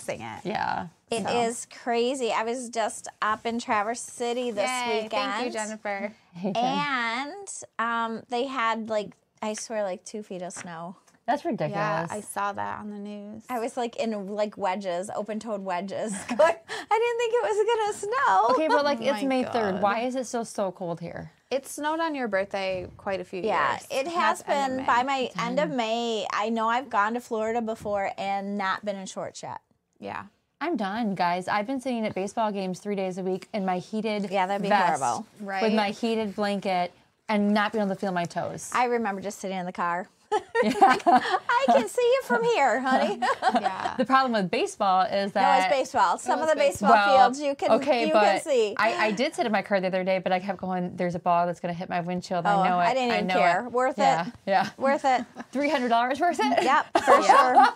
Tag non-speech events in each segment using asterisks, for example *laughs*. sing it. Yeah. It is so. crazy. I was just up in Traverse City this Yay, weekend. Thank you, Jennifer. And um, they had like I swear like two feet of snow. That's ridiculous. Yeah, *laughs* I saw that on the news. I was like in like wedges, open toed wedges. *laughs* Going, I didn't think it was gonna snow. *laughs* okay, but like Oh it's my May 3rd. God. Why is it so, so cold here? It snowed on your birthday quite a few Yeah, years. it And has that's end of been May. by my end of May. I know I've gone to Florida before and not been in shorts yet. Yeah. I'm done, guys. I've been sitting at baseball games three days a week in my heated Yeah, that'd be vest horrible. with Right. my heated blanket and not being able to feel my toes. I remember just sitting in the car. *laughs* I can see you from *laughs* here, honey. no, *laughs* Yeah. *laughs* the problem with baseball is that it's baseball. Some Uh, of was the baseball fields you can okay, you but can see. I, I did sit in my car the other day, but I kept going. There's a ball that's going to hit my windshield. Oh, I know it. I didn't even know care. It. Worth yeah, it. Yeah, *laughs* Worth it. *laughs* three hundred dollars worth it. Yep, for sure.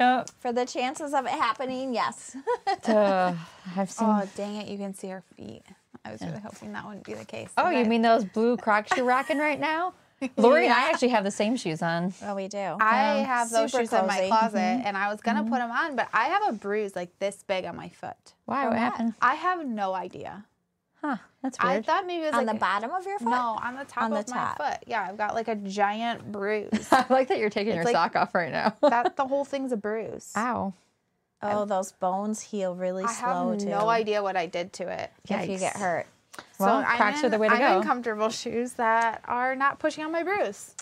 Yep. For the chances of it happening, yes. Ugh, I've seen. Oh, Oh dang it! You can see her feet. I was really hoping that wouldn't be the case. Oh, you but mean those blue Crocs you're rocking right *laughs* now? Lori and I actually have the same shoes on. Well, we do. I have those Super shoes in my cozy. closet, and I was gonna put them on, but I have a bruise like this big on my foot. Why? What happened? I have no idea. Huh? That's I weird. thought maybe it was on like the bottom of your foot? No, on the top On the of top. my foot. Yeah, I've got like a giant *laughs* bruise. *laughs* I, like that you're taking your like- sock off right *laughs* now. that the whole thing's a bruise. Ow. Oh, those bones heal really I slow have too. no idea what I did to it. If you get Yikes. hurt. Well, I'm Crocs are in- the way to I'm go. in comfortable shoes that are not pushing on my bruise.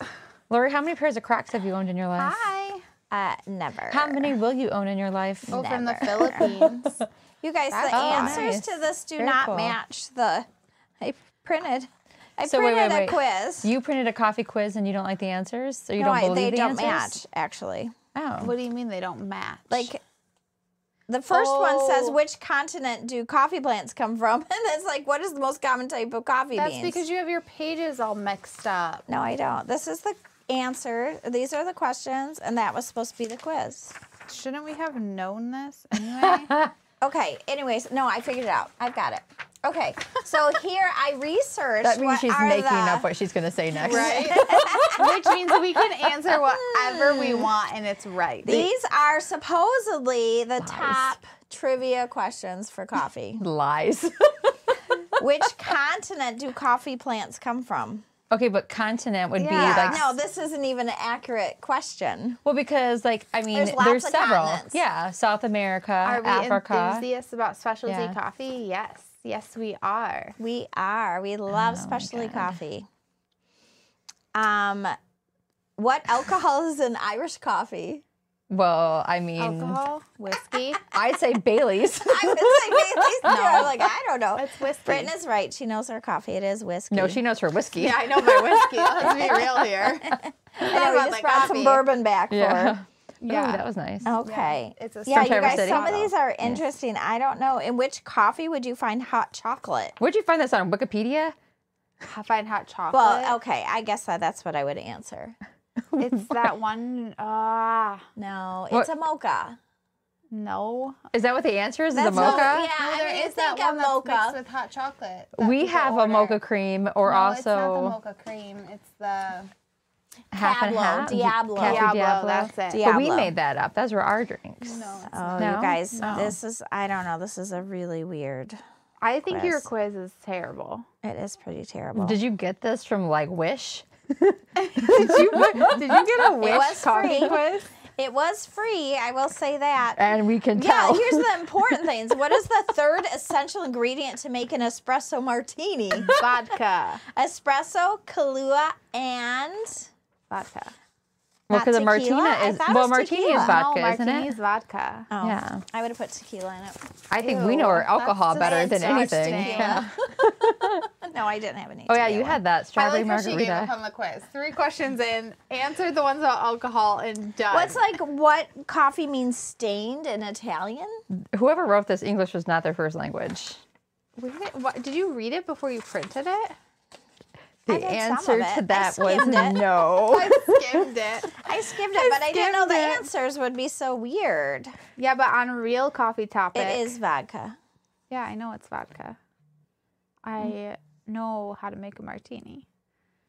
Lori, how many pairs of Crocs have you owned in your life? Hi. Uh, never. How many will you own in your life? Oh, from the Never. Philippines. You guys, That's the Oh, answers nice. to this do Very not cool. match the. I printed. I So wait, printed wait, a quiz. You printed a coffee quiz and you don't like the answers, so you no, don't I, believe they the don't answers. match actually. Oh, what do you mean they don't match? Like. The first one says, Oh. "Which continent do coffee plants come from?" *laughs* And it's like, "What is the most common type of coffee that's beans?" because you have your pages all mixed up. no, I don't. This is the answer. These are the questions, and that was supposed to be the quiz. Shouldn't we have known this anyway? Okay. Anyways, no, I figured it out. I've got it. Okay. So *laughs* here I researched. that means what she's are making the- up what she's going to say next. Which means we can answer whatever we want and it's right. These are supposedly the top trivia questions for coffee. *laughs* *laughs* Lies. *laughs* Which continent do coffee plants come from? okay, but continent would Yeah. be like no, this isn't even an accurate question. well because like I mean There's there's, lots of several. continents. Yeah, South America, Are we Africa. enthusiasts about specialty Yeah. coffee? Yes. Yes, we are. We are. We Oh love specialty coffee. Um, what alcohol is in Irish coffee? well, I mean, Alcohol, whiskey. I'd say Bailey's. I would say Bailey's too. I'm like, I don't know. It's whiskey. Britain is right. She knows her coffee. It is whiskey. no, she knows her whiskey. Yeah, I know my whiskey. Let's be real *laughs* here. I know, about we just my brought some coffee. bourbon back for *laughs* her. Yeah. Uh, Yeah. Ooh, that was nice. Okay. it's a yeah, From you Traverse guys, City. some of these are interesting. I don't know. In which coffee would you find hot chocolate? Where'd you find this on Wikipedia? I find hot chocolate. Well, okay, I guess that, that's what I would answer. it's that one. Ah, No, What- it's a mocha. no. Is that what the answer is? Is a That's mocha? what- yeah, No, I there mean, you is that think of one that's mixed mocha. with hot chocolate. that We people have a order. mocha cream or No, also it's not the mocha cream. It's the half Diablo, and half. Diablo. Cafe Diablo. Diablo. That's it. Diablo. But we made that up. Those were our drinks. No, it's Oh, No? you guys, No. this is, I don't know, this is a really weird. I think your Quiz. quiz is *laughs* terrible. It is pretty terrible. Did you get this from like Wish? did you did you get a it was free. quiz? It was free, I will say that. And we can yeah, tell. here's the important things. What is the third essential ingredient to make an espresso martini? Vodka. Espresso, Kahlua, and Vodka. *laughs* well, because a not tequila? martina I is thought it well, was martini tequila. is vodka, no, isn't martini's it? vodka. Oh, Yeah. I would have put tequila in it. I think we know our Ew, alcohol that's better than disgusting. anything. Yeah. *laughs* *laughs* No, I didn't have any. Oh yeah, tequila. you had that I strawberry like how she gave up margarita. on the quiz. Three questions in, answered the ones about alcohol, and done. What's like what coffee means stained in Italian? Whoever wrote this, English was not their first language. We didn't- what, did you read it before you printed it? The did some of answer it. I to that was skimmed it. no. *laughs* I skimmed it. *laughs* I skimmed it, but I didn't know the skimmed it. answers would be so weird. Yeah, but on real coffee topic. It is vodka. Yeah, I know it's vodka. I know how to make a martini.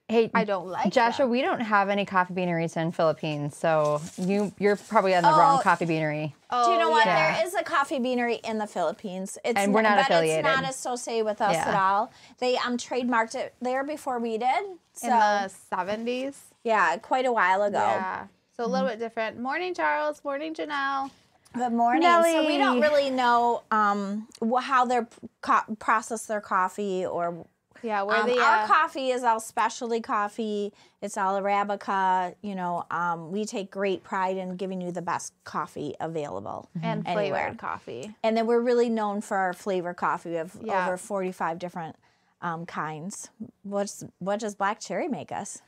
Hey, I don't like Joshua. We don't have any coffee beaneries in Philippines, so you you're probably on the wrong Oh. coffee beanery. Oh, Do you know what? yeah. There is a coffee beanery in the Philippines. It's And we're n- not but affiliated. it's not associated with us Yeah. at all. They um trademarked it there before we did. So In the seventies. yeah, quite a while ago. Yeah. So a little bit different. Morning, Charles. Morning, Janelle. Good morning. So we Nelly. don't really know um wh- how they co- process their coffee or Yeah, we're um, the our uh, coffee is all specialty coffee. It's all Arabica. You know, um, we take great pride in giving you the best coffee available. and flavored anywhere. coffee. And then we're really known for our flavor coffee. We have Yeah. over 45 different um, kinds. What's what does black cherry make us?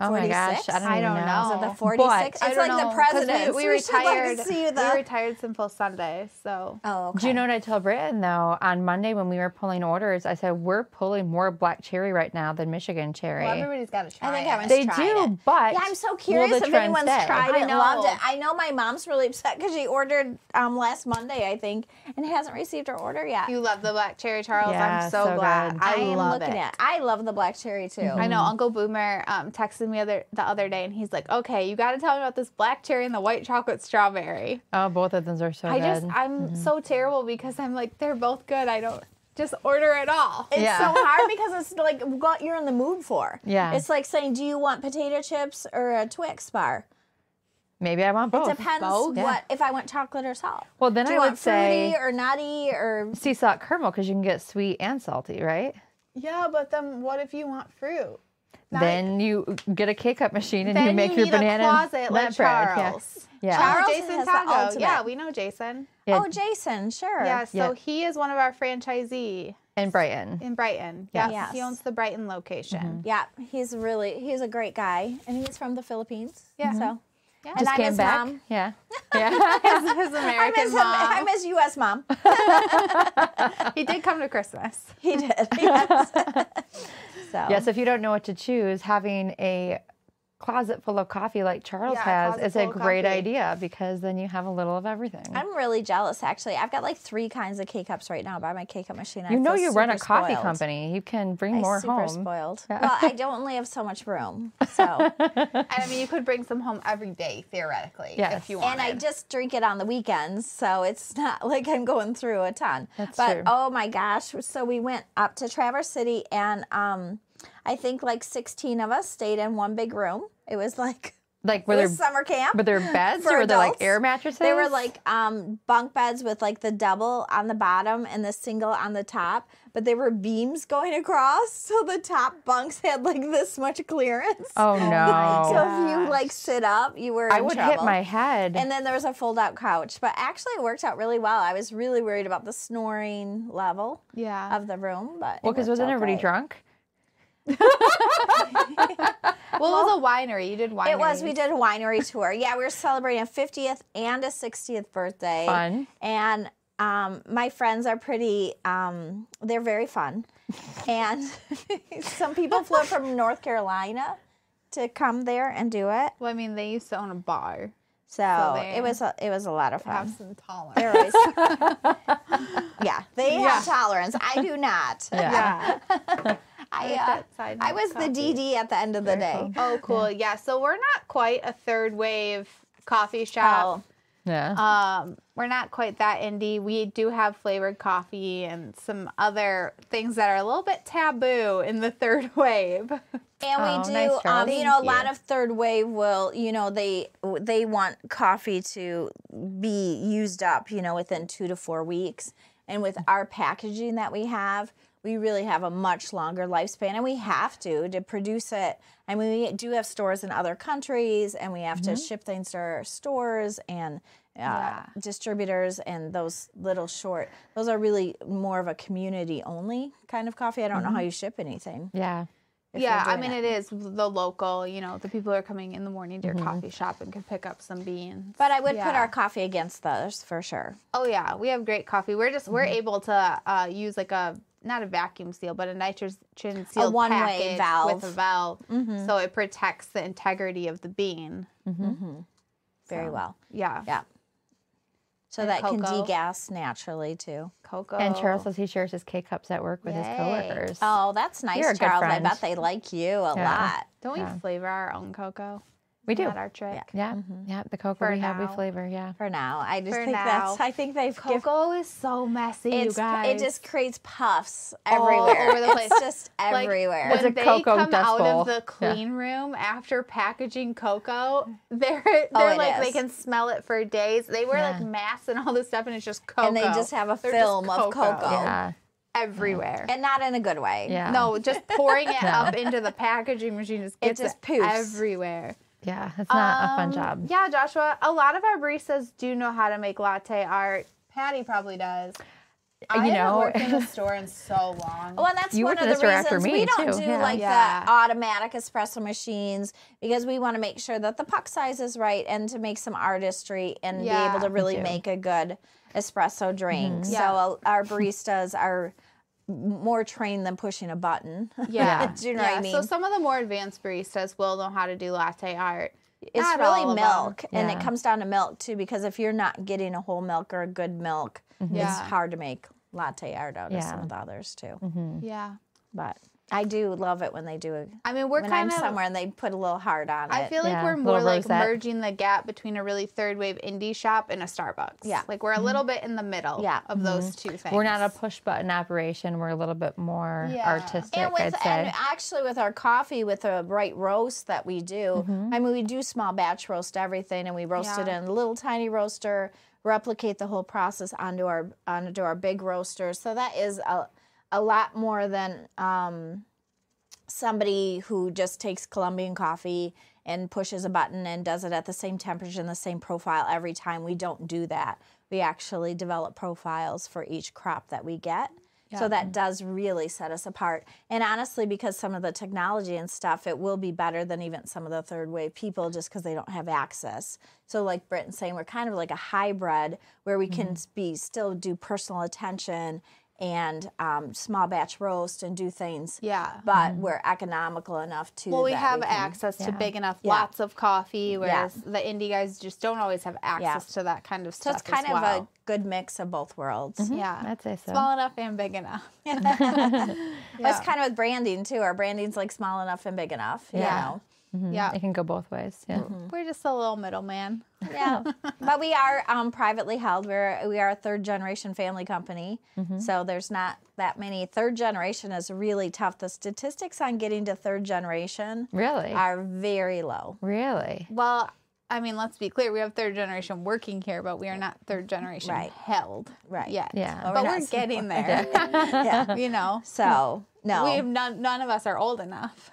Oh my gosh, 46? I don't, I even don't know. know. The Oh, 46. but- it's I like don't the know, 'cause president. We, we retired. see We retired Simple Sunday, so oh, okay. Do you know what I told Britton though? On Monday when we were pulling orders, I said we're pulling more black cherry right now than Michigan cherry. well, everybody's got to try. I think it. everyone's they tried do, it. but Yeah, I'm so will curious the if trend anyone's stay? tried I it, loved know. it. I know my mom's really upset because she ordered um, last Monday, I think, and hasn't received her order yet. You love the black cherry, Charles. Yeah, I'm so, so glad. good. I, am love looking it. Mm-hmm. at. I love the black cherry too. I Mm-hmm. know Uncle Boomer um, texted me other the other day, and he's like, "Okay, you got to tell me about this black cherry and the white chocolate strawberry." Oh, both of those are so I good. Mm-hmm. just I'm so terrible because I'm like they're both good. I don't just order it all. It's Yeah. so hard because it's like what you're in the mood *laughs* for. Yeah. It's like saying, do you want potato chips or a Twix bar? Maybe I want Oh, both. Depends both, yeah. what if I want chocolate or salt. Well, then do I you would want fruity say- or nutty or sea salt caramel because you can get sweet and salty, right? Yeah, but then what if you want fruit? Not- then you get a K cup machine and you then make you your need banana a and closet nut like bread. Yeah. Charles. Yeah. Charles Charles Jason has the Tago. ultimate. yeah, we know Jason. Yeah, oh Jason, sure. Yeah, so Yeah. he is one of our franchisee and Brighton. in Brighton. Yeah. Yes, he Yes. owns the Brighton location. Yeah, he's really he's a great guy, and he's from the Philippines. Yeah. so Yeah. and Just I came miss back. mom. Yeah. Mm-hmm. *laughs* Yeah. *laughs* His, his Mm-hmm. *laughs* I American miss him. mom. *laughs* I miss U.S. *laughs* mom. he did come to Christmas. He did. *laughs* Yes. so yes, if you don't know what to choose, having a closet full of coffee like Charles Yeah, a has closet is a full of great coffee. idea because then you have a little of everything. I'm really jealous. Actually, I've got like three kinds of K cups right now by my K cup machine. I you know feel you run super a coffee spoiled. company. You can bring I'm more super home. spoiled. Well, *laughs* I don't only have so much room, so And I mean, you could bring some home every day theoretically if Yes. you want. and I just drink it on the weekends, so it's *laughs* not like I'm going through a ton. That's but true. oh my gosh, so we went up to Traverse City, and um, I think like 16 of us stayed in one big room. It was like *laughs* Like it were there was summer camp. were there beds uh, for or were there like adults. air mattresses? They were like um, bunk beds with like the double on the bottom and the single on the top, but there were beams going *laughs* across, so the top bunks had like this much clearance. Oh my no. So if you like sit up, you were. I in would hit trouble. my head. And then there was a fold out couch, but actually it worked out really well. I was really worried about the snoring level yeah. of the room, but well, because wasn't everybody drunk? drunk? well, it was a winery. You did winery. It was. We did a winery tour. Yeah, we were celebrating a 50th and a 60th birthday. Fun. And um, my friends are pretty. Um, they're *laughs* very fun, and *laughs* some people flew from North Carolina to come there and do it. Well, I mean, they used to own a bar. So, they it was a, it was a lot of Have fun. some tolerance. They're always- yeah, they have tolerance. I do not. Yeah. I, like uh, that side I note was the coffee. DD at the end of the day. cool. Oh, cool. Yeah. So we're not quite a third wave coffee shop. Oh. Yeah. Um, we're not quite that indie. We do have flavored coffee and some other things that are a little bit taboo in the third *laughs* wave. And we Oh, do, nice, Charles. um, you Thank know, a lot you. of third wave will, you know, they they want coffee to be used up, you know, within two to four weeks. And with our packaging that we have, we really have a much longer lifespan, and we have to to produce it. I mean, we do have stores in other countries, and we have to Mm-hmm. ship things to our stores and. Uh, distributors and those little short those are really more of a community only kind of coffee i don't Mm-hmm. know how you ship anything yeah. if you're yeah. I doing mean, it. it is the local, you know, the people who are coming in the morning Mm-hmm. to your coffee shop and can pick up some beans. But I would put Yeah. our coffee against those for sure. Oh yeah, we have great coffee. We're just Mm-hmm. we're able to uh, use like a not a vacuum seal, but a nitrogen seal one-way valve. Mm-hmm. with a valve, so it protects the integrity of the bean. Very well. Yeah, Yeah. so And that can cocoa. degas naturally too. Cocoa. And Charles says he shares his K cups at work with Oh. Yay. his coworkers. Oh, that's nice, You're a good Charles. friend. I bet they like you a Yeah. lot. Don't Yeah. we flavor our own cocoa? we do. Isn't that our trick. yeah, yeah. The cocoa Mm-hmm. For we have, we now. flavor. Yeah. For now, I just For think that's. now. I think they've given Cocoa is so messy, you it's, guys. it just creates puffs All everywhere. over the place. It's *laughs* just Like, everywhere. It's when a they cocoa come dust out bowl. of the Yeah. clean room after packaging cocoa, *laughs* they're they're Oh, it like is. they can smell it for days. They wear Yeah. like masks and all this stuff, and it's just cocoa. And they just have a They're just film of cocoa. cocoa. Yeah. everywhere. And not in a good way. Yeah. No, just pouring *laughs* it up into the packaging machine just gets just it poofs. everywhere. Yeah. It's not a fun Um, job. Yeah, Joshua. A lot of our baristas do know how to make latte art. Patty probably does. I you haven't know- worked *laughs* in a store in so long. Well, and that's You one worked of at the the store after reasons me, we don't too. do Yeah. like Yeah. the automatic espresso machines because we want to make sure that the puck size is right and to make some artistry and be Yeah. able to really too. Mm-hmm. make a good espresso drink. So Yeah. uh, our baristas are more trained than pushing a button. Yeah. *laughs* do you know what I mean? So some of the more advanced baristas will know how to do latte art. it's Not all really of milk, and it Yeah. comes down to milk too because if you're not getting a whole milk or a good milk, it's Yeah. hard to make latte art out of some Mm-hmm. Yeah. Mm-hmm. of the others too. them. Yeah. But I do love it when they do it. I mean, we're When I'm kind of somewhere and they put a little heart on it. I feel like Yeah, we're little more like rosette. merging the gap between a really third wave indie shop and a Starbucks. Yeah. Like we're a little bit in the middle Yeah. of those two things. Mm-hmm. We're not a push button operation. We're a little bit more Yeah. artistic, and with I'd say. and actually with our coffee with the right roast that we do i mean we do small batch roast everything and we roast it Yeah. in a little tiny roaster replicate the whole process onto our onto our big roaster so that is a, a lot more than um, somebody who just takes colombian coffee and pushes a button and does it at the same temperature and the same profile every time we don't do that we actually develop profiles for each crop that we get so that does really set us apart. And honestly, because some of the technology and stuff, it will be better than even some of the third wave people just because they don't have access. So, like Britton saying, we're kind of like a hybrid where we can be still do personal attention and um, small batch roast and do things, Yeah. but we're economical enough to. Well, we that have can- access to big enough lots of coffee, whereas the indie guys just don't always have access to that kind of So stuff. it's kind as of well. a good mix of both worlds. yeah, I'd say so. small enough and big *laughs* enough. *laughs* That's kind of with branding too. Our branding's like small enough and big enough. You Yeah. *laughs* know? Yeah, It can go both ways. Yeah. we're just a little middleman. Yeah, but we are um, privately held. We're we are a third generation family company, so there's not that many. Third generation is really tough. The statistics on getting to third generation Really? are very low. really? Well, I mean, let's be clear. We have third generation working here, but we are not third generation Right. held Right. yet. Yeah. But But we're we're, not- getting there. *laughs* yeah. you know, So no, we have none, none of us are old enough.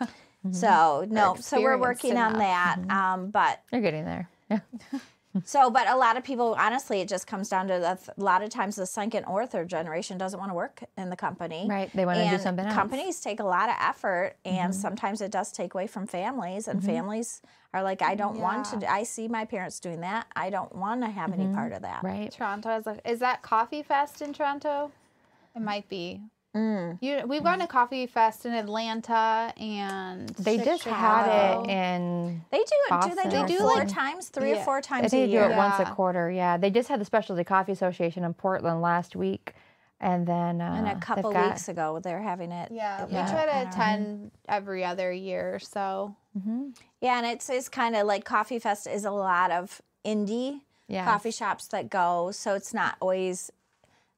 so no, so we're experienced working on enough. that. Um, but You're getting there. Yeah. so, but a lot of people, honestly, it just comes down to the th- a lot of times the second or third generation doesn't want to work in the company. Right. They wanna do And something else. Mm-hmm. Companies take a lot of effort, and sometimes it does take away from families. And families are like, I don't want to. Yeah. do- I see my parents doing that. I don't want to have any part of that. Mm-hmm. *laughs* Right. Toronto is like, is that Coffee Fest in Toronto? It might be. You, we've gone to Coffee Fest in Atlanta and They just Chicago. had it in. They do. Do they Boston do or it four something. times, three or Yeah. four I times a think they do year? it once a Yeah. quarter. Yeah. They just had the Specialty Coffee Association in Portland last week. And then. Uh, And a they've couple got- weeks ago, they're having it. Yeah, we Yeah. try to attend every other year or so. Mm-hmm. Yeah, and it's, it's kind of like Coffee Fest is a lot of indie Yeah. coffee shops that go, so it's not always.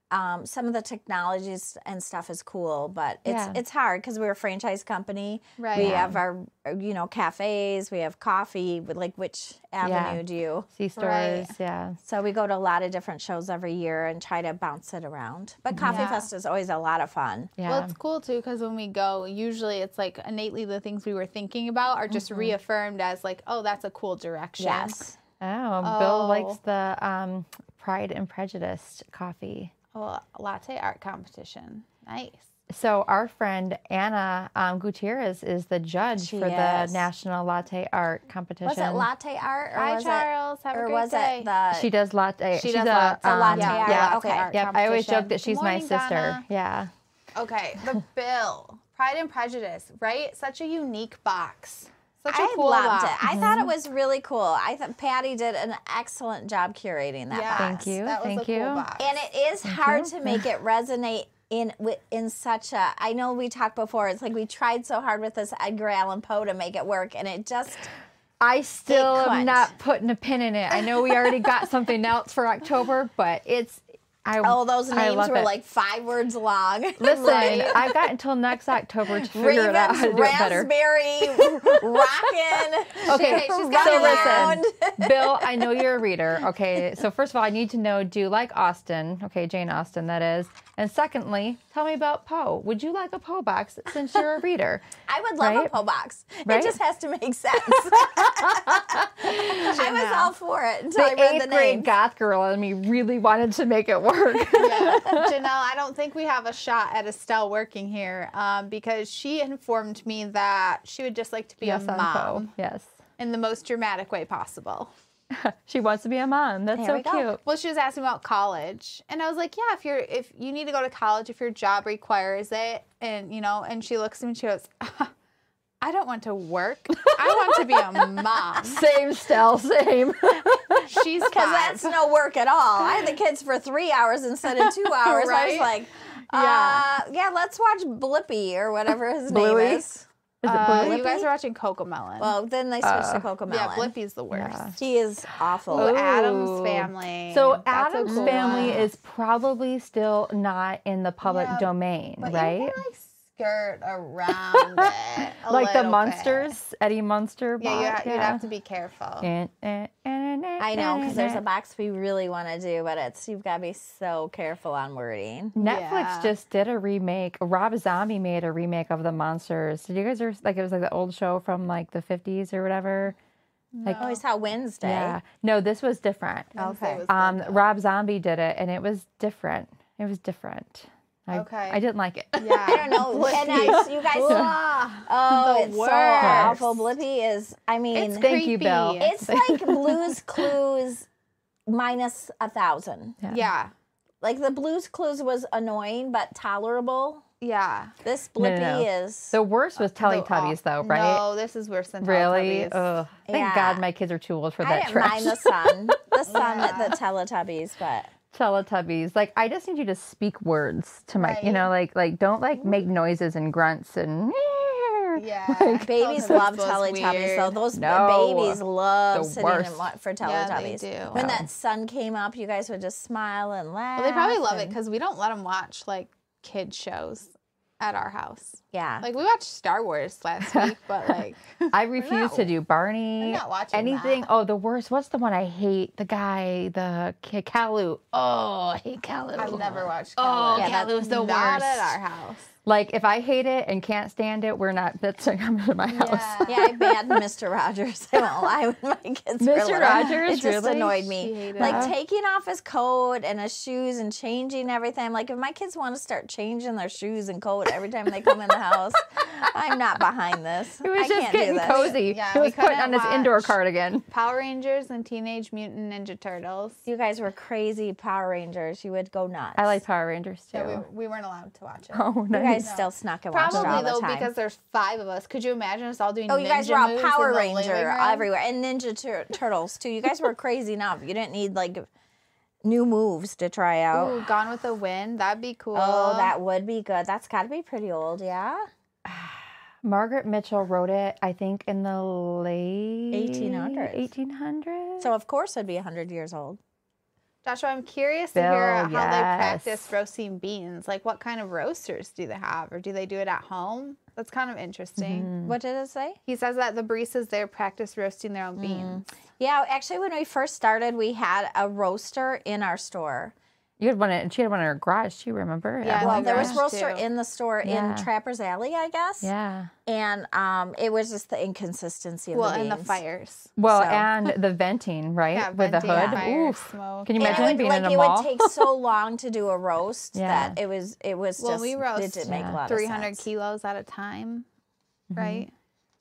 Um, some of the technologies and stuff is cool, but it's Yeah. it's hard because we're a franchise company. Right. We Yeah. have our uh, you know cafes. We have coffee. With like which avenue do you? C stores. Right. Yeah. So we go to a lot of different shows every year and try to bounce it around. But Coffee Mm-hmm. Yeah. Fest is always a lot of fun. Yeah. Well, it's cool too because when we go, usually it's like innately the things we were thinking about are Mm-hmm. just reaffirmed as like, oh, that's a cool direction. Yes. oh, Bill likes Oh. the um, Pride and Prejudice coffee. Oh, latte art competition. Nice. So our friend Anna um, Gutierrez is the judge She for the is. National Latte Art Competition. Was it latte art? Or Hi, was Charles. Have It, a or great was day. it the? she does latte. She she's does a, lots of um, latte yeah, art. Yeah, okay. art Yep, I always joke competition. that she's Good my morning, sister. Donna. Yeah. *laughs* Okay, the bill. Pride and Prejudice, right? Such a unique box. Such a I cool Mm-hmm. loved box. it. *laughs* I thought it was really cool. I thought Patty did an excellent job curating that Yes, box. Thank you, That was a thank cool you. box. *laughs* And it is hard to make it resonate in wi- in such a. I know we talked before. It's like we tried so hard with this Edgar Allan Poe to make it work, and it just I still couldn't. am not putting a pin in it. I know we already *laughs* got something else for October, but it's I all those I names love were it. like five words long. *laughs* listen. I've got until next October to figure it out how to *laughs* Ravens, do it better. raspberry, rockin'. *laughs* Okay, Hey, she's got so it around. *laughs* listen, Bill, I know you're a reader. Okay, so first of all, I need to know do you like Austin? Okay, Jane Austen, that is. And secondly, tell me about Poe. Would you like a Poe box since you're a *laughs* reader? I would love a Right? Poe box. Right? It just has to *laughs* make sense. *laughs* I was all for it until I The read eighth the grade name. goth girl in me really wanted to make it work. *laughs* Yeah. Janelle, I don't think we have a shot at Estelle working here um, because she informed me that she would just like to be yes, a on mom Poe. Yes. in the most dramatic way possible. She wants to be a mom. That's There so we go. cute. Well, she was asking about college, and I was like, "Yeah, if you're if you need to go to college, if your job requires it, and you know." And she looks at me, and she goes, "I don't want to work. I want to be a *laughs* mom." Same style, *laughs* same. *laughs* She's Because five. that's no work at all. I *laughs* had the kids for three hours instead of two hours. I Right? was like, Yeah. yeah. Uh, yeah, let's watch Blippy or whatever his Bluey? name is. Is it Uh, blue? you guys are watching Cocomelon. Well, then they switched to Coco Uh, yeah, Melon. Blippi's the worst. Yeah. He is awful. Ooh, Adam's Ooh. family. So That's a Adam's cool family one. is probably still not in the public Yeah, domain, But you right? can, like *laughs* skirt around it. a like the little monsters, bit. Eddie Munster. Yeah, you bought, ha- you'd have *laughs* to be careful. Eh, eh, eh, eh, eh, I know, because there's *laughs* eh. a box we really want to do, but it's you've got to be so careful on wording. Oh. Netflix Yeah. just did a remake. Rob Zombie made a remake of the monsters. Did you guys ever like it was like the old show from like the 50s or whatever? Like Oh, it's how Wednesday. yeah, no, this was different. Wednesday was good, Um, though. Rob Zombie did it, and it was different. It was different. I, Okay. I didn't like it. Yeah. I *laughs* don't know. and I, you guys saw. Oh, The it's worst. so awful. Blippy is. I mean, It's Thank you, creepy. Bill. It's like Blues Clues minus a thousand. yeah. Like the Blues Clues was annoying but tolerable. Yeah. uh, This no, Blippy no. is. The *laughs* worst was Teletubbies, though, right? No, this is worse than really? Teletubbies. Ugh. Thank Yeah. God my kids are too old for I that didn't trash. mind the sun, *laughs* the sun at the Teletubbies, but *laughs* Teletubbies. Like I just need you to speak words to my, you Right. Mm-hmm. know, like like don't like make noises and grunts and *laughs* Yeah. babies Teletubbies love was Teletubbies. weird. So those b- No. babies love The sitting worst. and wa- for Yeah, they Teletubbies. do. When that sun came up, you guys would just smile and laugh. Well, they probably love it and- because we don't let them watch like kid shows at our house. yeah. Like we watched Star Wars *laughs* last week, but like *laughs* I refuse to do Barney. We're not watching anything. that. Oh, the worst. What's the one I hate? The guy, the K- Kalu. Oh, I hate Kalu. I've *laughs* never watched. Oh, Cowboy. Yeah, Kalu is the not worst. at our house. Like if I hate it and can't stand it, we're not. That's like *laughs* coming to my house. *laughs* Yeah, I banned Mr. Rogers. *laughs* I won't lie when my kids were Mr. little. Rogers, it just really? annoyed She me. hated Like it. taking off his coat and his shoes and changing everything. Like if my kids want to start changing their shoes and coat every time they come in *laughs* the house, I'm not behind this. He was I just can't do getting this. cozy. Yeah, he we was putting on couldn't his indoor watch. cardigan. Power Rangers and Teenage Mutant Ninja Turtles. You guys were crazy Power Rangers. You would go nuts. I like Power Rangers too. Yeah, we, we weren't allowed to watch it. *laughs* oh, you nice. guys still snuck and watched it all Probably the though, time. because there's five of us. Could you imagine us all doing? Oh, you guys ninja were all moves in Power the living Ranger room? everywhere and Ninja Tur- Turtles too. You guys were crazy enough. You didn't need like new moves to try out. Ooh, Gone with the Wind. That'd be cool. Oh, that would be good. That's got to be pretty old, yeah. Margaret Mitchell wrote it, I think, in the late 1800s. 1800s. So of course it'd be hundred years old. Joshua, I'm curious to hear how Bill, they yes. practice roasting beans. Like, what kind of roasters do they have, or do they do it at home? That's kind of interesting. Mm-hmm. What did it say? He says that the baristas there practice roasting their own beans. Mm, Yeah, actually, when we first started, we had a roaster in our store. you had one. In, she had one in her garage. too, remember? Yeah, Well, like there was garage roaster too. in the store Yeah. in Trapper's Alley, I guess. yeah. And um, it was just the inconsistency of Well, the and the beans. fires. Well, So- and the venting, right? Yeah, With venting, the hood. fire, Oof. smoke. Can you And imagine it would, being like, in a it mall? would take so long to do a roast Yeah. that it was it was Well, just we it roast didn't make a lot Three hundred of sense. Mm-hmm. kilos at a time, right?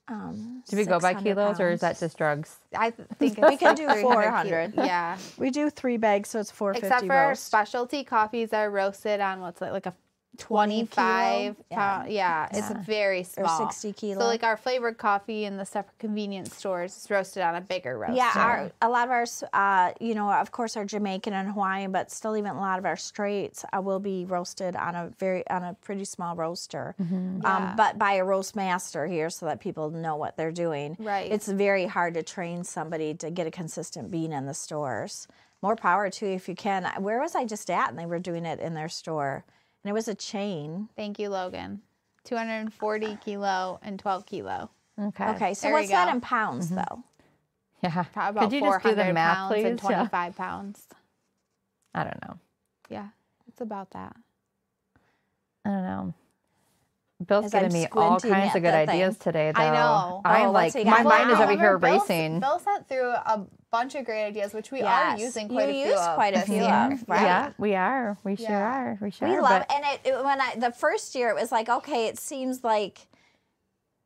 Um, Do we go by 600 kilos or is that pounds. just drugs? *laughs* I th- think We it's can like do 300 kilo- 400. *laughs* Yeah. We do three bags, so it's four Except for specialty coffees are roasted on what's like, like a 25 kilo? pound. Yeah, Yeah. it's very or small. 60 kilo. So like our flavored coffee in the separate convenience stores is roasted on a bigger roaster. yeah, our, a lot of our, s- uh, you know, of course, our Jamaican and Hawaiian, but still even a lot of our straights uh, will be roasted on a very on a pretty small roaster, Yeah. um, but by a roast master here, so that people know what they're doing. Right. It's very hard to train somebody to get a consistent bean in the stores. More power to you if you can. I- Where was I just at? And they were doing it in their store, and it was a chain. Thank you, Logan. 240 kilo and 12 kilo. Okay. Okay, so There you what's that go. in pounds though? Yeah. Probably about Could you just do 400 the math, pounds please? and Yeah. 25 pounds. I don't know. Yeah, it's about that. I don't know. Bill's As I'm giving me all squinting kinds at of good the ideas thing. today, though. I know. I'm Oh, like, what's he got? my Well, mind is I over here Bill, racing. Bill sent through a bunch of great ideas, which we are Yes, using you quite a few. use of. quite a few yeah. of, right? yeah, we are. We sure Yeah. are. We sure We are. love but- and it, it- when I the first year it was like okay it seems like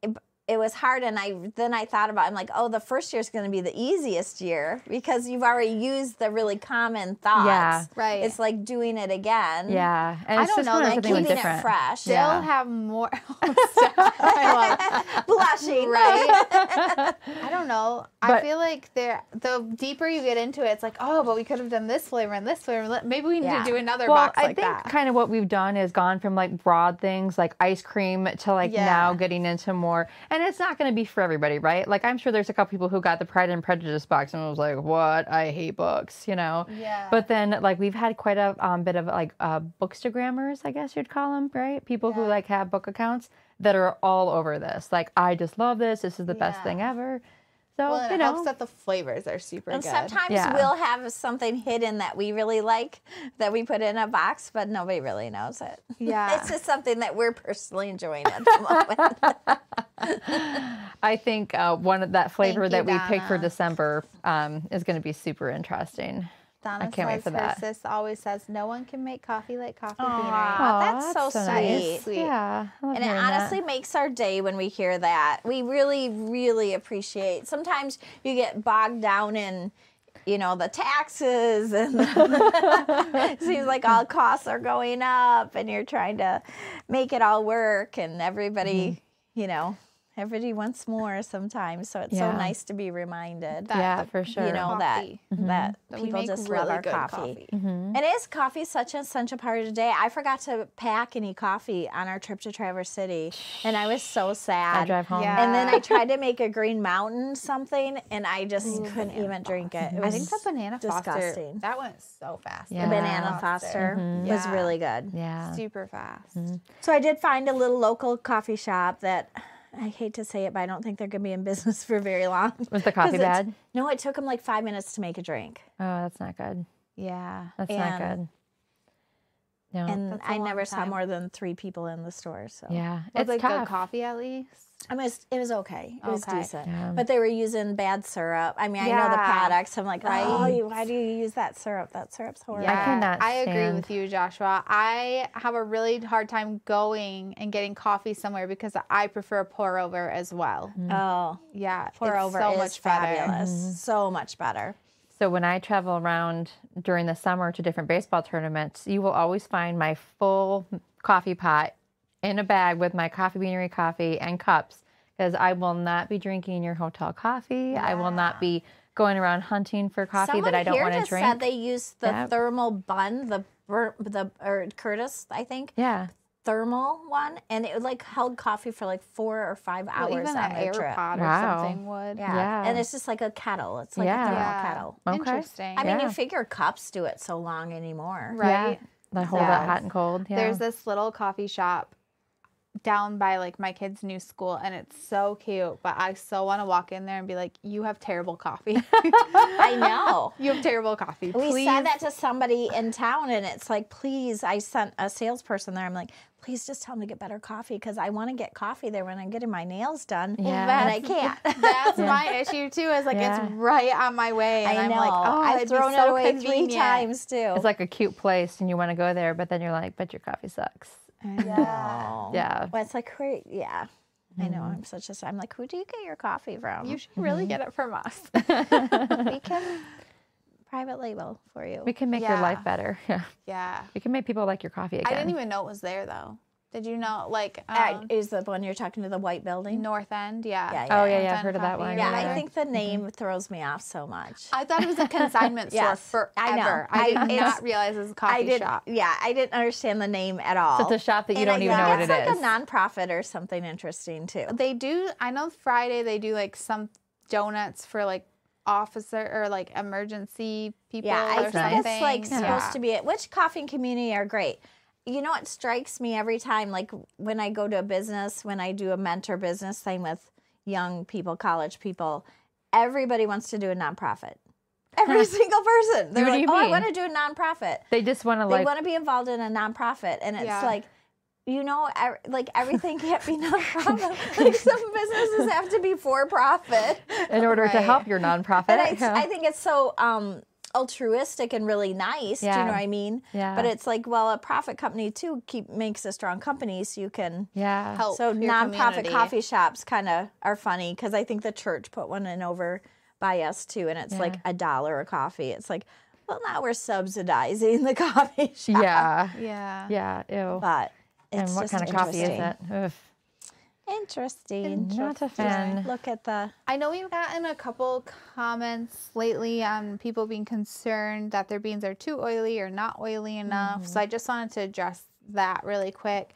it, it was hard and I then I thought about I'm like oh the first year is going to be the easiest year because you've already used the really common thoughts Right. it's like doing it again Yeah. And I it's don't just know, kind of like, and something keeping different. it fresh Still Yeah. have more. *laughs* oh, I love- *laughs* blushing *laughs* *laughs* right? I don't know. I But- feel like there the deeper you get into it, it's like, oh, but we could have done this flavor and this flavor. and that- Maybe we need Yeah. to do another well, box I like think that. kind of what we've done is gone from like broad things like ice cream to like Yeah. now getting into more. And it's not going to be for everybody, right? Like I'm sure there's a couple people who got the Pride and Prejudice box and was like, "What? I hate books," you know. Yeah. But then like we've had quite a um, bit of like uh, bookstagrammers, I guess you'd call them, right? People who Yeah. like have book accounts that are all over this. Like I just love this. This is the best Yeah. thing ever. So well, and you it know, helps that the flavors are super and good. sometimes Yeah. we'll have something hidden that we really like that we put in a box but nobody really knows it Yeah. *laughs* it's just something that we're personally enjoying at the *laughs* moment I think uh, one of that flavor Thank that you, we picked for Donna. December um, is going to be super interesting. Donna can't wait says for her that. sis always says no one can make coffee like coffee Aw. beanery. Oh, that's so sweet. Sweet. Yeah, I love And it hearing that. honestly makes our day when we hear that. We really, really appreciate. Sometimes you get bogged down in, you know, the taxes, *laughs* and it seems like all costs are going up, and you're trying to make it all work, and everybody, you know, everybody wants more sometimes. So it's Mm-hmm. Yeah. so nice to be reminded. That yeah, the- for sure. You know Coffee. that that That we people make just love really our good coffee. coffee. It is coffee such an essential part of the day. I forgot to pack any coffee on our trip to Traverse City, and I was so I sad. drive home. Yeah. And then I tried to make a Green Mountain something, and I just couldn't even drink it. It I was think that banana disgusting. foster that went so fast. Yeah. the banana foster was Mm-hmm. Yeah. really good. Yeah. super fast. So I did find a little local coffee shop that I hate to say it, but I don't think they're going to be in business *laughs* for very long. Was the coffee 'Cause it's- bad? No, it took them like five minutes to make a drink. Oh, that's not good. Yeah, That's not And- good. No. And Oh, That's a I long never saw time. more than three people in the store. So yeah, was it's it good tough. coffee at least? I mean, it was, it was okay. It was Okay. decent. Yeah. But they were using bad syrup. I mean, I know the Yeah. products. I'm like, Right. oh, you, why do you use that syrup? That syrup's horrible. I cannot I agree stand- with you, Joshua. I have a really hard time going and getting coffee somewhere because I prefer a pour over as well. Mm. Oh, Yeah, pour it's over so is much better. Mm-hmm. fabulous. So much better. So when I travel around during the summer to different baseball tournaments, you will always find my full coffee pot in a bag with my coffee beanery coffee and cups because I will not be drinking your hotel coffee. I will not be going around hunting for coffee Someone that I don't here want to just drink. said they used the Yep. thermal bun, the bur- the or Curtis, I think, yeah. thermal one, and it like held coffee for like four or five Well, hours even on an their trip. AirPod Wow. or something would. Yeah. Yeah. and it's just like a kettle. It's like Yeah. a thermal Yeah. kettle. Okay. Interesting. I mean, Yeah. you figure cups do it so long anymore. right? That hold Yeah. that hot and cold. Yeah. There's this little coffee shop down by like my kids' new school, and it's so cute. But I so want to walk in there and be like, "You have terrible *laughs* coffee. I *laughs* know. *laughs* you have terrible coffee. We Please." said that to somebody in town, and it's like, please, I sent a salesperson there. I'm like, please just tell them to get better coffee because I want to get coffee there when I'm getting my nails done, Yeah. but I *laughs* can't. That's my issue too. Is like Yeah. it's right on my way, and I am know. like, oh, I've it'd thrown be so it away convenient. three times too. it's like a cute place and you want to go there, but then you're like, but your coffee sucks. *laughs* yeah. Yeah. Mm-hmm. Well, it's like, who- yeah. I know. I'm such a. I'm Mm-hmm. like, who do you get your coffee *laughs* from? You should really get it from us. we can *laughs* private label for you. We can make your Yeah. life better. *laughs* Yeah. Yeah. We can make people like your coffee I again. didn't even know it was there though. Did you know like Uh, um, is the one you're talking to the white building? North End? Yeah. Yeah, oh yeah, yeah, Mm-hmm. yeah, Done I've heard of that coffee. one. Yeah, Yeah. I think the name throws me off so much. I thought it was a *laughs* consignment store Yes, forever. I know. I- I, did it's- not realize it was a coffee I didn't. shop. Yeah, I didn't understand the name at all. So it's a shop that you And don't I even know think what it's it is. like a nonprofit or something interesting too. They do. I know Friday they do like some donuts for like officer or like emergency people Yeah, I or think something. it's like supposed Yeah. to be it. Which coffee and community are great. You know what strikes me every time, like when I go to a business, when I do a mentor business thing with young people, college people, everybody wants to do *laughs* a nonprofit. Every single person. They're What do like, you oh, I mean?" want to do a nonprofit. they just want to They like want to be involved in a nonprofit, and it's Yeah. like, you know, ev- like everything can't be *laughs* nonprofit. like some businesses have to be for profit. in order to Right. help your nonprofit. And I, yeah. I think it's so um, altruistic and really nice. Do you Yeah. know what I mean? Yeah. But it's like, well, a profit company too keep makes a strong company, so you can. yeah. help So your nonprofit community. coffee shops kind of are funny because I think the church put one in over by us too, and it's like a dollar a coffee. It's like, well, now we're subsidizing the *laughs* coffee shop. Yeah. Yeah. Yeah. Ew. But it's and what just kind of coffee is interesting. it? Ugh. Interesting. Not a Just fan. Look at the. I know we've gotten a couple comments lately on people being concerned that their beans are too oily or not oily enough. Mm-hmm. So I just wanted to address that really quick.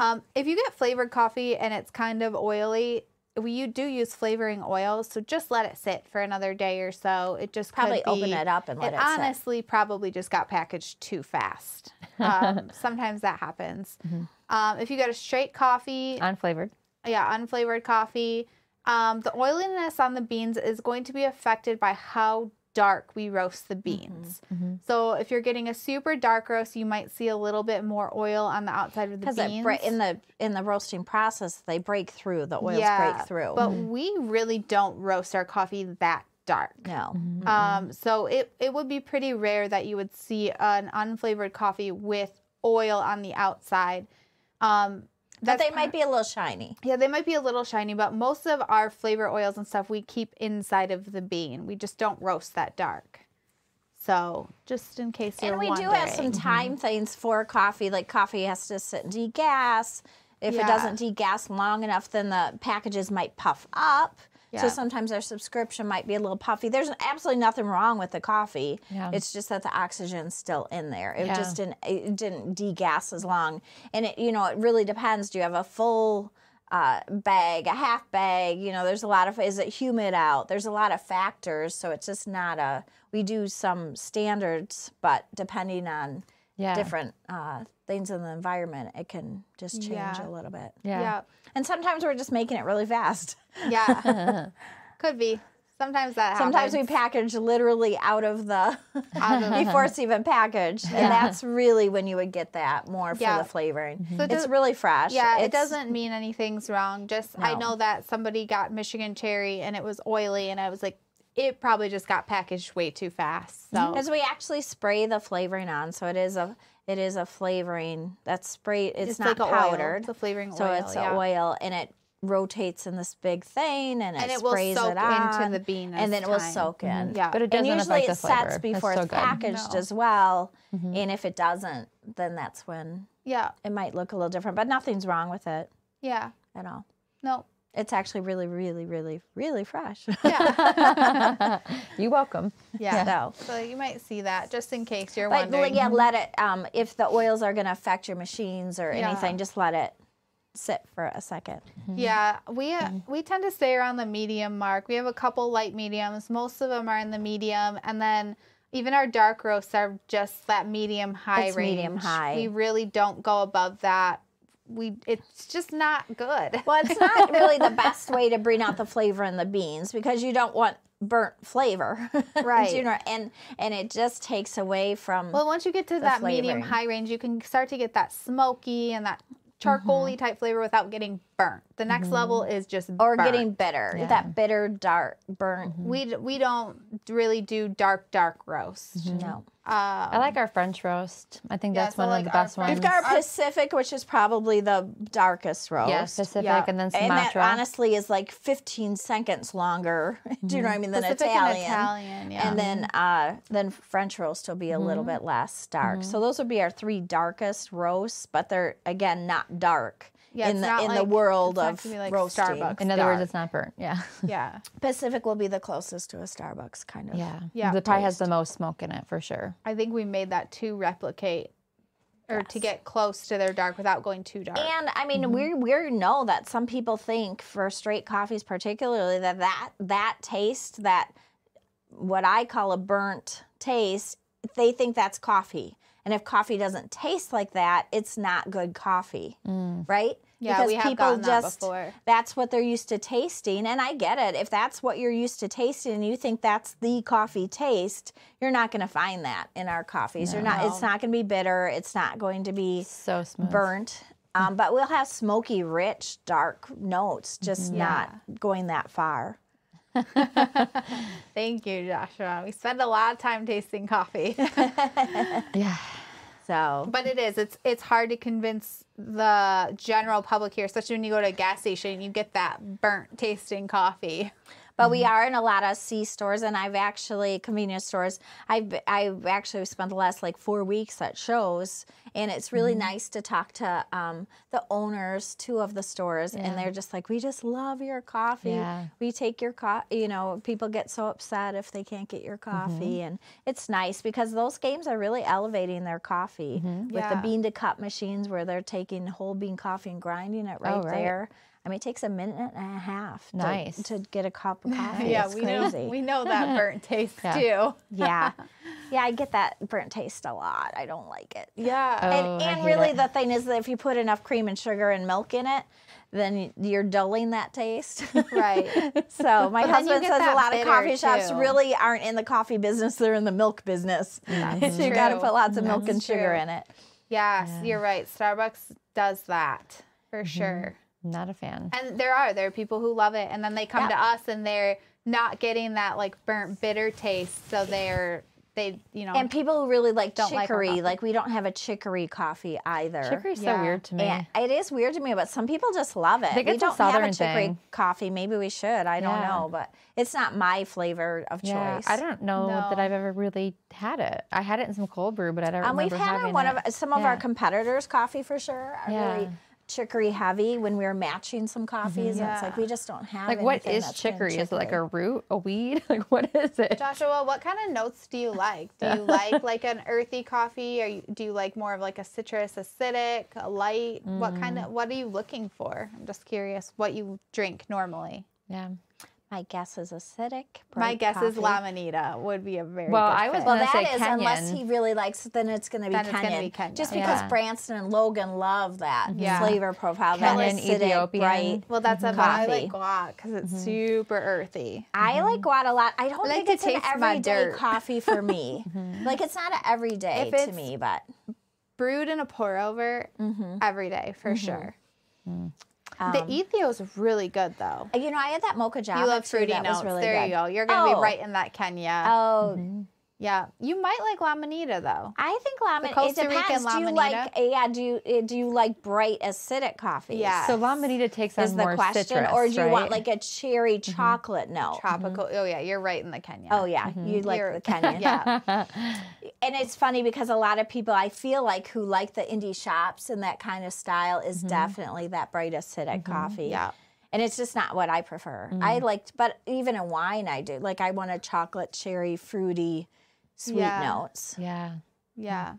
Um, if you get flavored coffee and it's kind of oily, we you do use flavoring oils, so just let it sit for another day or so. It just Probably could open be- it up and let it sit. honestly probably just got packaged too *laughs* fast. Um, sometimes that happens. Mm-hmm. Um, if you get a straight coffee, Unflavored. yeah, unflavored coffee. Um, the oiliness on the beans is going to be affected by how dark we roast Mm-hmm. the beans. Mm-hmm. So if you're getting a super dark roast, you might see a little bit more oil on the outside of the Because beans. it bre- in the in the roasting process, they break through. The oils break through. But we really don't roast our coffee that dark. no, Mm-hmm. Um, so it, it would be pretty rare that you would see an unflavored coffee with oil on the outside. Um, but that's they might be a little shiny. Yeah, they might be a little shiny, but most of our flavor oils and stuff we keep inside of the bean. We just don't roast that dark. So, just in case you're And we wondering. do have Mm-hmm. some time things for coffee. Like coffee has to sit and degas. If it Yeah. doesn't degas long enough, then the packages might puff up. So Yeah. sometimes our subscription might be a little puffy. There's absolutely nothing wrong with the coffee. Yeah. It's just that the oxygen's still in there. It Yeah. just didn't it didn't degas as long. And it you know it really depends. Do you have a full uh, bag, a half bag? You know, there's a lot of is it humid out? There's a lot of factors. So it's just not a. We do some standards, but depending on Yeah. different uh, things in the environment, it can just change Yeah. a little bit. Yeah. Yeah. And sometimes we're just making it really fast. Yeah. Could be. Sometimes that happens. Sometimes we package literally out of the Out of- *laughs* before it's even packaged, and that's really when you would get that more for Yeah. the flavoring. So it it's does- really fresh. Yeah, it It's- doesn't mean anything's wrong. Just I No. know that somebody got Michigan cherry and it was oily and I was like it probably just got packaged way too fast. So, because we actually spray the flavoring on, so it is a it is a flavoring that's sprayed. It's, It's not like a oil. powdered, It's a flavoring so oil, it's a yeah. oil, and it rotates in this big thing, and it, And it will sprays soak it into on, the bean and this then it will time. Mm-hmm. soak in. Yeah. But it and doesn't affect usually it the flavor. sets before That's it's so good. Mm-hmm. packaged No. as well, and if it doesn't, then that's when yeah. it might look a little different, but nothing's wrong with it Yeah. at all. *laughs* No. It's actually really, really, really, *laughs* really fresh. Yeah. *laughs* you welcome. Yeah. So- So you might see that just in case you're But wondering. like, yeah, let it. Um, if the oils are going to affect your machines or Yeah. anything, just let it sit for *laughs* a second. Yeah, we uh, we tend to stay around the medium mark. We have a couple light mediums. Most of them are in the medium, and then even our dark roasts are just that medium high It's range. medium high. We really don't go above that. We it's just not good. Well, it's not really the best way to bring out the flavor in the beans because you don't want burnt flavor, *laughs* Right. you know, and and it just takes away from. Well, once you get to that medium flavoring. high range, you can start to get that smoky and that charcoaly type flavor without getting burnt. The next level is just or burnt. getting bitter. Yeah. That bitter, dark, burnt. We d- we don't really do dark dark roast. No. Um, I like our French roast. I think Yeah, that's so one like of Mm-hmm. the our best French- ones. We've We've got our Pacific, which is probably the darkest roast. yeah, Pacific yeah. and then And that Sumatra. honestly is like 15 seconds longer. *laughs* Do you know what I mean? Than Mm-hmm. Pacific Italian. and Italian. Mm-hmm. Yeah. And then uh, then French roast will be a little Mm-hmm. bit less dark. So those would be our three darkest roasts, but they're again not dark Yeah, in it's the not in the like- world it's not of gonna be like roasting. Starbucks. in other words, dark. it's not burnt. *laughs* Yeah. yeah. Pacific will be the closest to a Starbucks kind of. Yeah. Yeah. The pie has the most smoke in it for sure. I think we made that to replicate or to get close to their dark without going too dark. And I mean, we we know that some people think for straight coffees, particularly that that that taste, that what I call a burnt taste, they think that's coffee. And if coffee doesn't taste like that, it's not good coffee, right? yeah, we have gotten that before. that's what they're used to tasting and i get it if that's what you're used to tasting and you think that's the coffee taste you're not going to find that in our coffees you're not it's not going to be bitter it's not going to be So smooth. burnt. Um, but we'll have smoky, rich, dark notes, just not going that far. Thank you, Joshua. We spend a lot of time tasting *laughs* coffee. Yeah. So, But it is. It's it's hard to convince the general public here, especially when you go to a gas station, you get that burnt tasting coffee. but Mm-hmm. we are in a lot of C stores, and I've actually convenience stores. I've I've actually spent the last like four weeks at shows, and it's really Mm-hmm. nice to talk to um, the owners, two of the stores, and they're just like, "We just love your coffee. Yeah. We take your coffee. You know, people get so upset if they can't get your Mm-hmm. coffee, and it's nice because those games are really elevating their coffee Mm-hmm. with Yeah. the bean to cup machines where they're taking whole bean coffee and grinding it right, Oh, right. there. I mean, it takes a minute and a half to, Nice. to get a cup of coffee. yeah, it's we crazy. know we know that *laughs* burnt taste Yeah. too. yeah, yeah, I get that burnt taste a lot. I don't like it. Yeah. And, Oh, I and hate really, it. the thing is that if you put enough cream and sugar and milk in it, then you're dulling that taste. *laughs* right. so my But then you husband get says that a lot of bitter, coffee shops too. really aren't in the coffee business; they're in the milk business. so you got to true. put lots of milk and sugar true. in it. Yes, you're right. Starbucks does that for Mm-hmm. sure. Not a fan. And there are there are people who love it, and then they come to us and they're not getting that like burnt bitter taste, so they're they you know And people who really like Don't like our chicory, coffee. like, we don't have a chicory coffee either. Chicory's Yeah. so weird to me. And it is weird to me, but some people just love it. think we it's a don't have a Southern chicory thing. coffee. Maybe we should. I don't Yeah. know, but it's not my flavor of Yeah, choice. I don't know that No. I've ever really had it. I had it in some cold brew, but I don't Um, we've remember had having on one it. of some of our Yeah. competitors' coffee for sure. Are Yeah. Mm-hmm, really chicory heavy when we were matching some coffees. And it's like Yeah. we just don't have. Like, what anything is that's good chicory? Is it like a root, a weed? *laughs* Like, what is it? Joshua, what kind of notes do you like? Do you *laughs* like like an earthy coffee, or you, do you like more of like a citrus, acidic, a light? What kind Mm. of what are you looking for? I'm just curious what you drink normally. Yeah. My guess is acidic. My bright guess is coffee. lamanita would be a very Well, good I was fit. Well, gonna that say is unless Kenyan. he really likes, then it's going to be Then it's gonna Kenyan. be Kenyan. Just because Yeah. Mm-hmm. Branson and Logan love that Yeah. flavor profile, that Kenyan, acidic, Ethiopian. bright. well that's a I like coffee. Mm-hmm. guac because it's super earthy. I like guad a lot. I don't Mm-hmm. I like think to it's an taste my everyday dirt. Mm-hmm. coffee *laughs* for me. Like it's not an everyday If to it's- me, but Brewed in a pour over every day for sure. the Ethio is really good though. you know, I had that mocha java. You love too, fruity that was notes. really there good. you go. You're gonna Oh. be right Mm-hmm. in that Kenya. Oh, Yeah, you might like lamanita though. I think lamin. Costa it Rican depends. do you Lamanita? like? Yeah. Do you eh, do you like bright acidic coffee? Yeah. So lamanita takes on Is the more question, citrus, or do you want right? like a cherry Mm-hmm. chocolate note? tropical. Oh yeah, you're right in the Kenya. Oh yeah, you like You're- *laughs* the Kenyan. Mm-hmm. yeah. And it's funny because a lot of people I feel like who like the indie shops and that kind of style is definitely that bright acidic coffee. Mm-hmm. Yeah. And it's just not what I prefer. Mm. I liked, but even in wine, I do. Like, I want a chocolate, cherry, fruity, sweet Yeah. notes. *laughs* Yeah. yeah.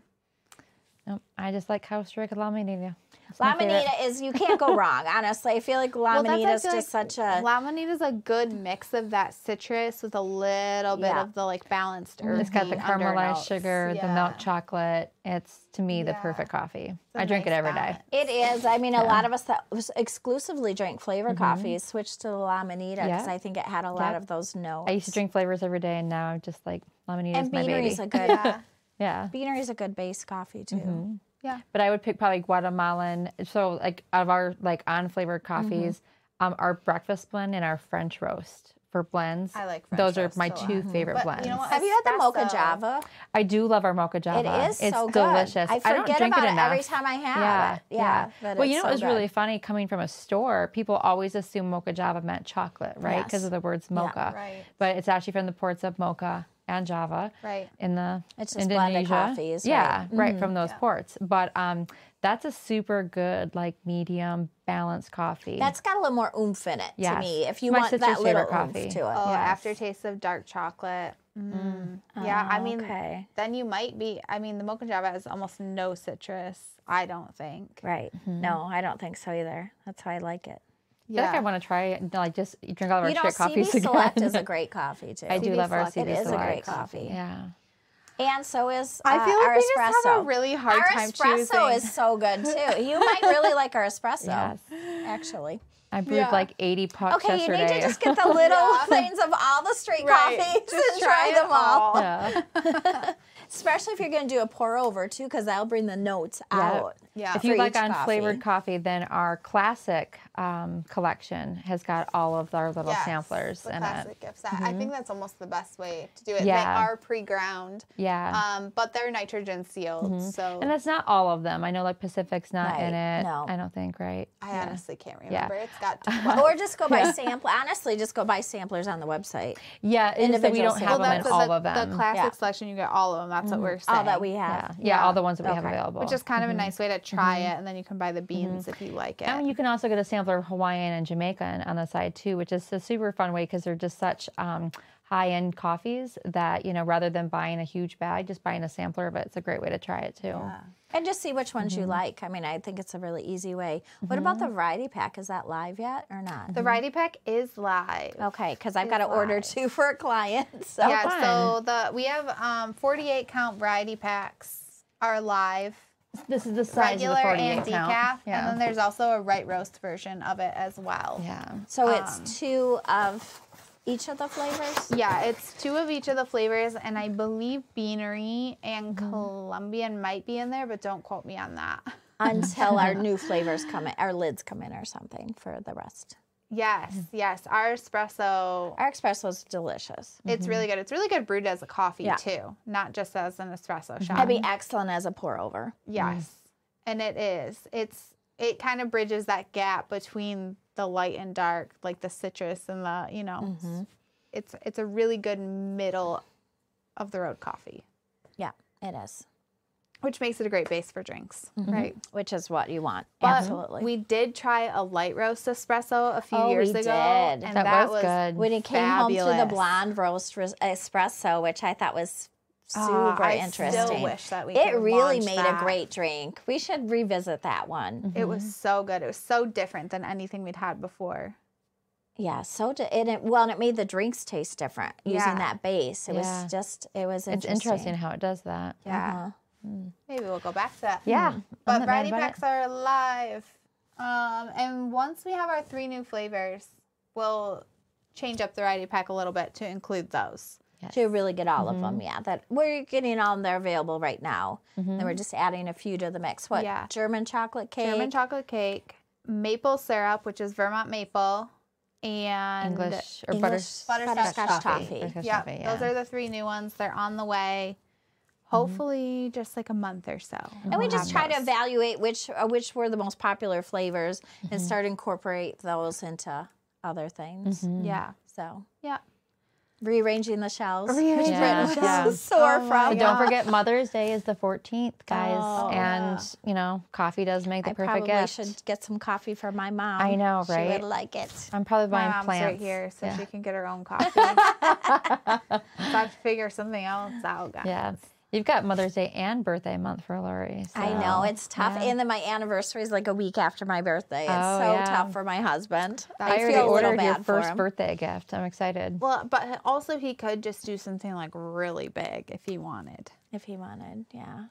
Nope. I just like Costa Rica lamanita. It's my favorite. Lamanita is, you can't *laughs* go wrong, honestly. I feel like Well, that's- I Lamanita is feel just like such a. Lamanita is a good mix of that citrus with a little bit Yeah. of the like balanced earthy. Mm-hmm. It's got the undernotes. caramelized sugar, the milk Yeah. chocolate. It's to me the Yeah. perfect coffee. a I drink it nice every day. balance. It is. I mean, a lot of us that was exclusively drank flavor coffees switched to the Lamanita because Mm-hmm. Yeah. I think it had a lot Yep. of those notes. I used to drink flavors every day, and now I'm just like lemonade and is my baby. beaneries are good. Yeah. Yeah. Mm-hmm. Beanery is a good base coffee too. Yeah. But I would pick probably Guatemalan. So like out of our like on flavored Mm-hmm. coffees, um, our breakfast blend and our French roast for blends. I like French those roast are my a lot. two favorite But you blends. know what? Have Mm-hmm. you had the mocha Espresso. java? I do love our mocha java. It is Uh-huh. it's so good. delicious. I I, don't forget drink about it it enough. every time I have it. Yeah, but well, it's you know so it was good. really funny coming from a store. People always assume mocha java meant chocolate, right? Because Yes. of the words mocha. Right. But it's actually from the ports of mocha and java. *laughs* Right. In the It's just blended Indonesia. coffees, right? Mm-hmm. yeah, right, from those ports. But um, that's a super good like medium balanced coffee. That's got a little more oomph in it to Yes. me. If you My want sister's that favorite little coffee. oomph to it. Oh, Yes. aftertaste of dark chocolate. Mm. Yeah, I mean, Oh, okay. then you might be. I mean, the mocha java has almost no citrus. I don't think. Right. No, I don't think so either. That's how I like it. I feel like *laughs* I want to try it. and, Like just drink all of our you know, shit coffees CB again. Select is a great coffee too. I do CB love our Select. It CB It is a Select. great *laughs* coffee. Yeah. And so is uh, I feel like our we espresso. just have a really hard our time espresso choosing. is so *laughs* good too. You might really like our espresso, Yes. actually. I brewed Yeah. like 80 pucks Okay, you yesterday. need to *laughs* just get the *laughs* little Yeah. things of all the street Right. coffees Just and try try, it them all. *laughs* all. Yeah. Especially if you're going to do a pour over too, because that'll bring the notes out. Yeah. If you for like each unflavored coffee, coffee. then our classic um, collection has got all of our little Yes, samplers the in it. classic gift set. I Mm-hmm. think that's almost the best way to do it. Yeah. They are pre-ground, Yeah. Mm-hmm. um, but they're nitrogen sealed, so and that's not all of them. I know like Pacific's not in Right, it. no. I don't think, right? I honestly can't Yeah. remember. It's *laughs* got 12. Or just go by sample. Honestly, just go buy samplers on the website. Yeah, it is that we Individual don't have samples. them in the, all of them. Mm-hmm. the classic Yeah. selection. You get all of them. That's what we're saying. All that we yeah. have. yeah, all the ones that we have Okay. available. which is kind of a nice way to try it, and then you can buy the beans if you like it. Mm-hmm. And you can also get a sampler of Hawaiian and Jamaican on the side too, which is a super fun way because they're just such um, high end coffees that, you know, rather than buying a huge bag, just buying a sampler of it, it's a great way to try it too. And just see which ones you like. I mean, I think it's a really easy way. What about the variety pack? Is that live yet or not? Mm-hmm. the variety pack is live. *laughs* Okay, because I've got to order two for a client. *laughs* So yeah, fun. so the we have um, 48 count variety packs are live, This is the size regular of the 48 and count. decaf, Yeah. and then there's also a right roast version of it as well. yeah. so it's two of each of the flavors. Yeah, *laughs* it's two of each of the flavors, and I believe Beanery and Mm-hmm. Colombian might be in there, but don't quote me on *laughs* that. until our new flavors come in, our lids come in or something for the rest. Yes, Mm-hmm. yes, our espresso. Our espresso is delicious. Mm-hmm. It's really good. It's really good brewed as a coffee Yeah. too, not just as an espresso shot. That'd be excellent as a pour over. Yes. Mm. And it is. It's it kind of bridges that gap between the light and dark, like the citrus and the, you know. s- Mm-hmm. It's it's a really good middle of the road coffee, Yeah, it is, which makes it a great base for drinks, right? which is what you want. But Mm-hmm. Absolutely. We did try a light roast espresso a few Oh, we years ago. did. And That that, was was, good. when it came home to the Fabulous. blonde roast res- espresso, which I thought was super Ah, I still interesting. wish that we it could really launch made that. Mm-hmm. a great Mm-hmm. drink. We should revisit that one. It was so good. It was so different than anything we'd had before. Yeah, so di- and it well, and it made the drinks taste different Yeah. using that base. It Yeah. was just, it was It's interesting. interesting how it does that. Yeah. Uh-huh. Maybe we'll go back to that. Yeah. I'm not But mad variety about it. packs are live. Um, and once we have our three new flavors, we'll change up the variety pack a little bit to include those. to really get all Mm-hmm. of them. Yeah, that we're getting all them. They're available right now. And we're just adding a few to the mix. What? Mm-hmm. Yeah. German chocolate cake. German chocolate cake, maple syrup, which is Vermont maple, and English or English butter, butterscotch toffee. Butterscotch Yeah, toffee, those are the three new ones. They're on the way. Hopefully, just like a month or so. and we just try to evaluate which uh, which were the most popular flavors and Mm-hmm. start to incorporate those into other things. Mm-hmm. Yeah. So Yeah. rearranging the shelves. Rearranging Yeah, Which *laughs* yeah. yeah. sore Oh my from. So Yeah. don't forget Mother's Day is the 14th, guys, Oh, and you know coffee does make the I perfect probably gift. should get some coffee for my mom. I know, She right? would like it. I'm probably My buying mom's plants right here, so yeah. she can get her *laughs* own coffee. so I have to figure something else out, guys. Yeah, you've got Mother's Day and birthday month for Lori. I so- know it's tough, and then my anniversary is like a week after my birthday. It's Oh, so yeah. tough for my husband. I I feel already a little ordered your for first him. birthday gift. I'm excited. Well, but also he could just do something like really big if he *laughs* wanted. if he wanted. Yeah,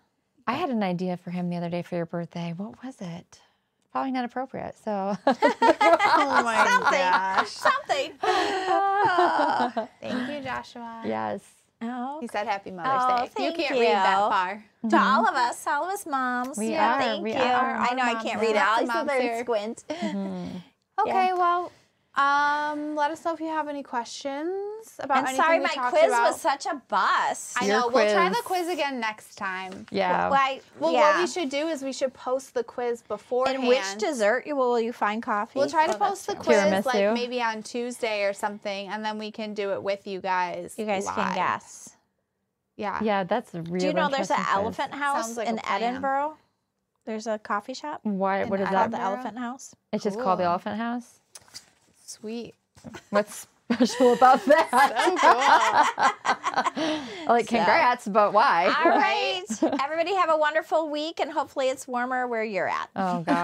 I had an idea for him the other day for your birthday. What was it? Probably not appropriate. So *laughs* Oh my gosh. something. Thank you, Joshua. yes, Oh, He said Happy Mother's Oh, Day. You thank can't read that you. far. Mm-hmm. to all of us, all of us moms. We yeah, are, thank we you. are. I know I Mom can't here. read it. Lots I'll of sit moms there and here. squint. Okay, well, um, let us know if you have any questions about I'm anything sorry, we my talked quiz about. was such a bust. I Your know. We'll try quiz. the quiz again next time. Yeah. Why? Well, yeah. what we should do is we should post the quiz beforehand. and which dessert you- will you find coffee? We'll try Oh, to that's post the true. quiz like Tiramisu. maybe on Tuesday or something, and then we can do it with you guys. You guys live. can guess. Yeah. Yeah, that's really. Do you know there's interesting an quiz. elephant house Sounds like a in plan. Edinburgh? There's a coffee shop Why? in What is called that? the Edinburgh? Elephant House. It's just called the Cool. Elephant House. Sweet. What's *laughs* special about that? So cool. *laughs* like, congrats, but why? *laughs* All right. Everybody have a wonderful week, and hopefully it's warmer where you're at. Oh God.